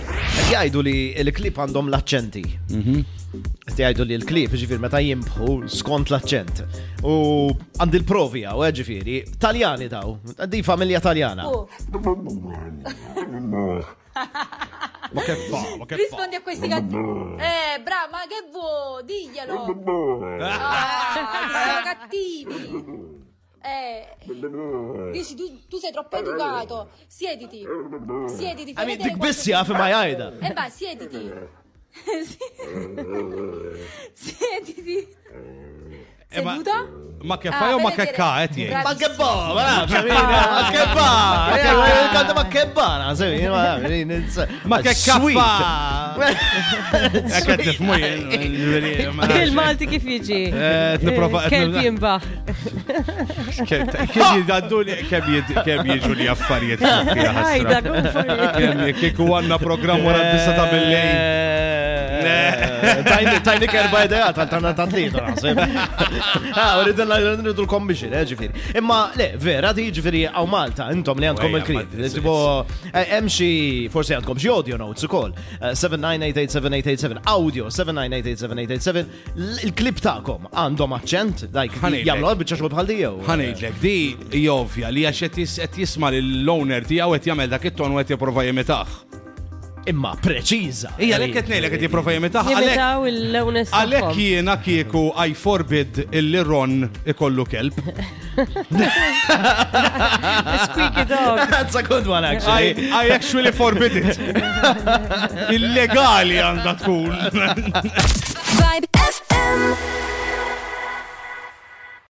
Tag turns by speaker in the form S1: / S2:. S1: jgħidu li l-klip għandhom l-accenti. Mhm. Qed jgħidu li l-klip ġifir meta jimbħu skont l-accent. U għandi l-provija, u ġifiri, taljani daw, għandi familja
S2: Ah.
S1: taljana.
S3: Oh.
S2: Ma che fa? Ma che fa?
S3: Rispondi a questi cattivi. Eh, bravo, ma che vuoi? Diglielo. Ah, sono cattivi. Eh, dici tu, tu sei troppo educato. Siediti. Siediti. fai
S1: Għami,
S3: vedere
S1: dik
S3: quanto-
S1: bissi għaf ma jgħajda.
S3: Eh, va, siediti. siediti.
S2: Eh, ma-
S3: Seduta?
S2: Ma che
S3: Ah,
S2: fa o ma
S3: vedi
S2: che
S3: che-
S2: ca? Eh, tieni.
S3: Bravi.
S1: Ma che ba, eh, ma che ba, Kanta ma che ba,
S2: Ma che kaffa! Eh, che te fmui, eh, eh, ma-
S4: Il-Malti kif jiġi?
S2: Eh, t-niprofa-
S4: Kelb jimbaħ.
S2: Ke- te- Kem jidaddu li kem jid- kem jiġu li affarijiet. fija
S4: Ajda,
S2: ħasra.
S4: good for you.
S2: Kem kiku għanna program wara tista
S1: Eh.
S2: ta' bil-lejn.
S1: Tajni kerba ideja tal-tanna tal-tlieta, naħseb. Ah, rridu rridu l-kombixin, ġifiri. Imma, le, vera, di ġifiri għaw Malta, intom li għandkom
S2: Ejja,
S1: il-krit.
S2: ma-
S1: Tipo, emxi, forse għandkom xi audio notes ukoll. Eh, 7988787, audio 7988787, l- il-klip ta'kom għandhom accent, like,
S2: Ħanejdlek.
S1: jagħmlu għal-bicċa xogħol bħal dijew.
S2: Ħanejdlek, di hi ovvja li għax qed jis- qed jisma l-loner tiegħu qed jagħmel dak it-ton u qed jipprova jimitaħ.
S1: Imma preċiża.
S2: Hija lek qed ngħidlek qed jipprova jimitaħ. għalhekk-
S4: Nimitaw il-lewnes.
S2: Għalhekk jiena kieku I forbid illi Ron ikollu kelb.
S4: Squeaky dog.
S1: That's a good one,
S2: I,
S1: actually.
S2: I actually forbid it. Illegali għandha tkun.
S3: Vibe FM.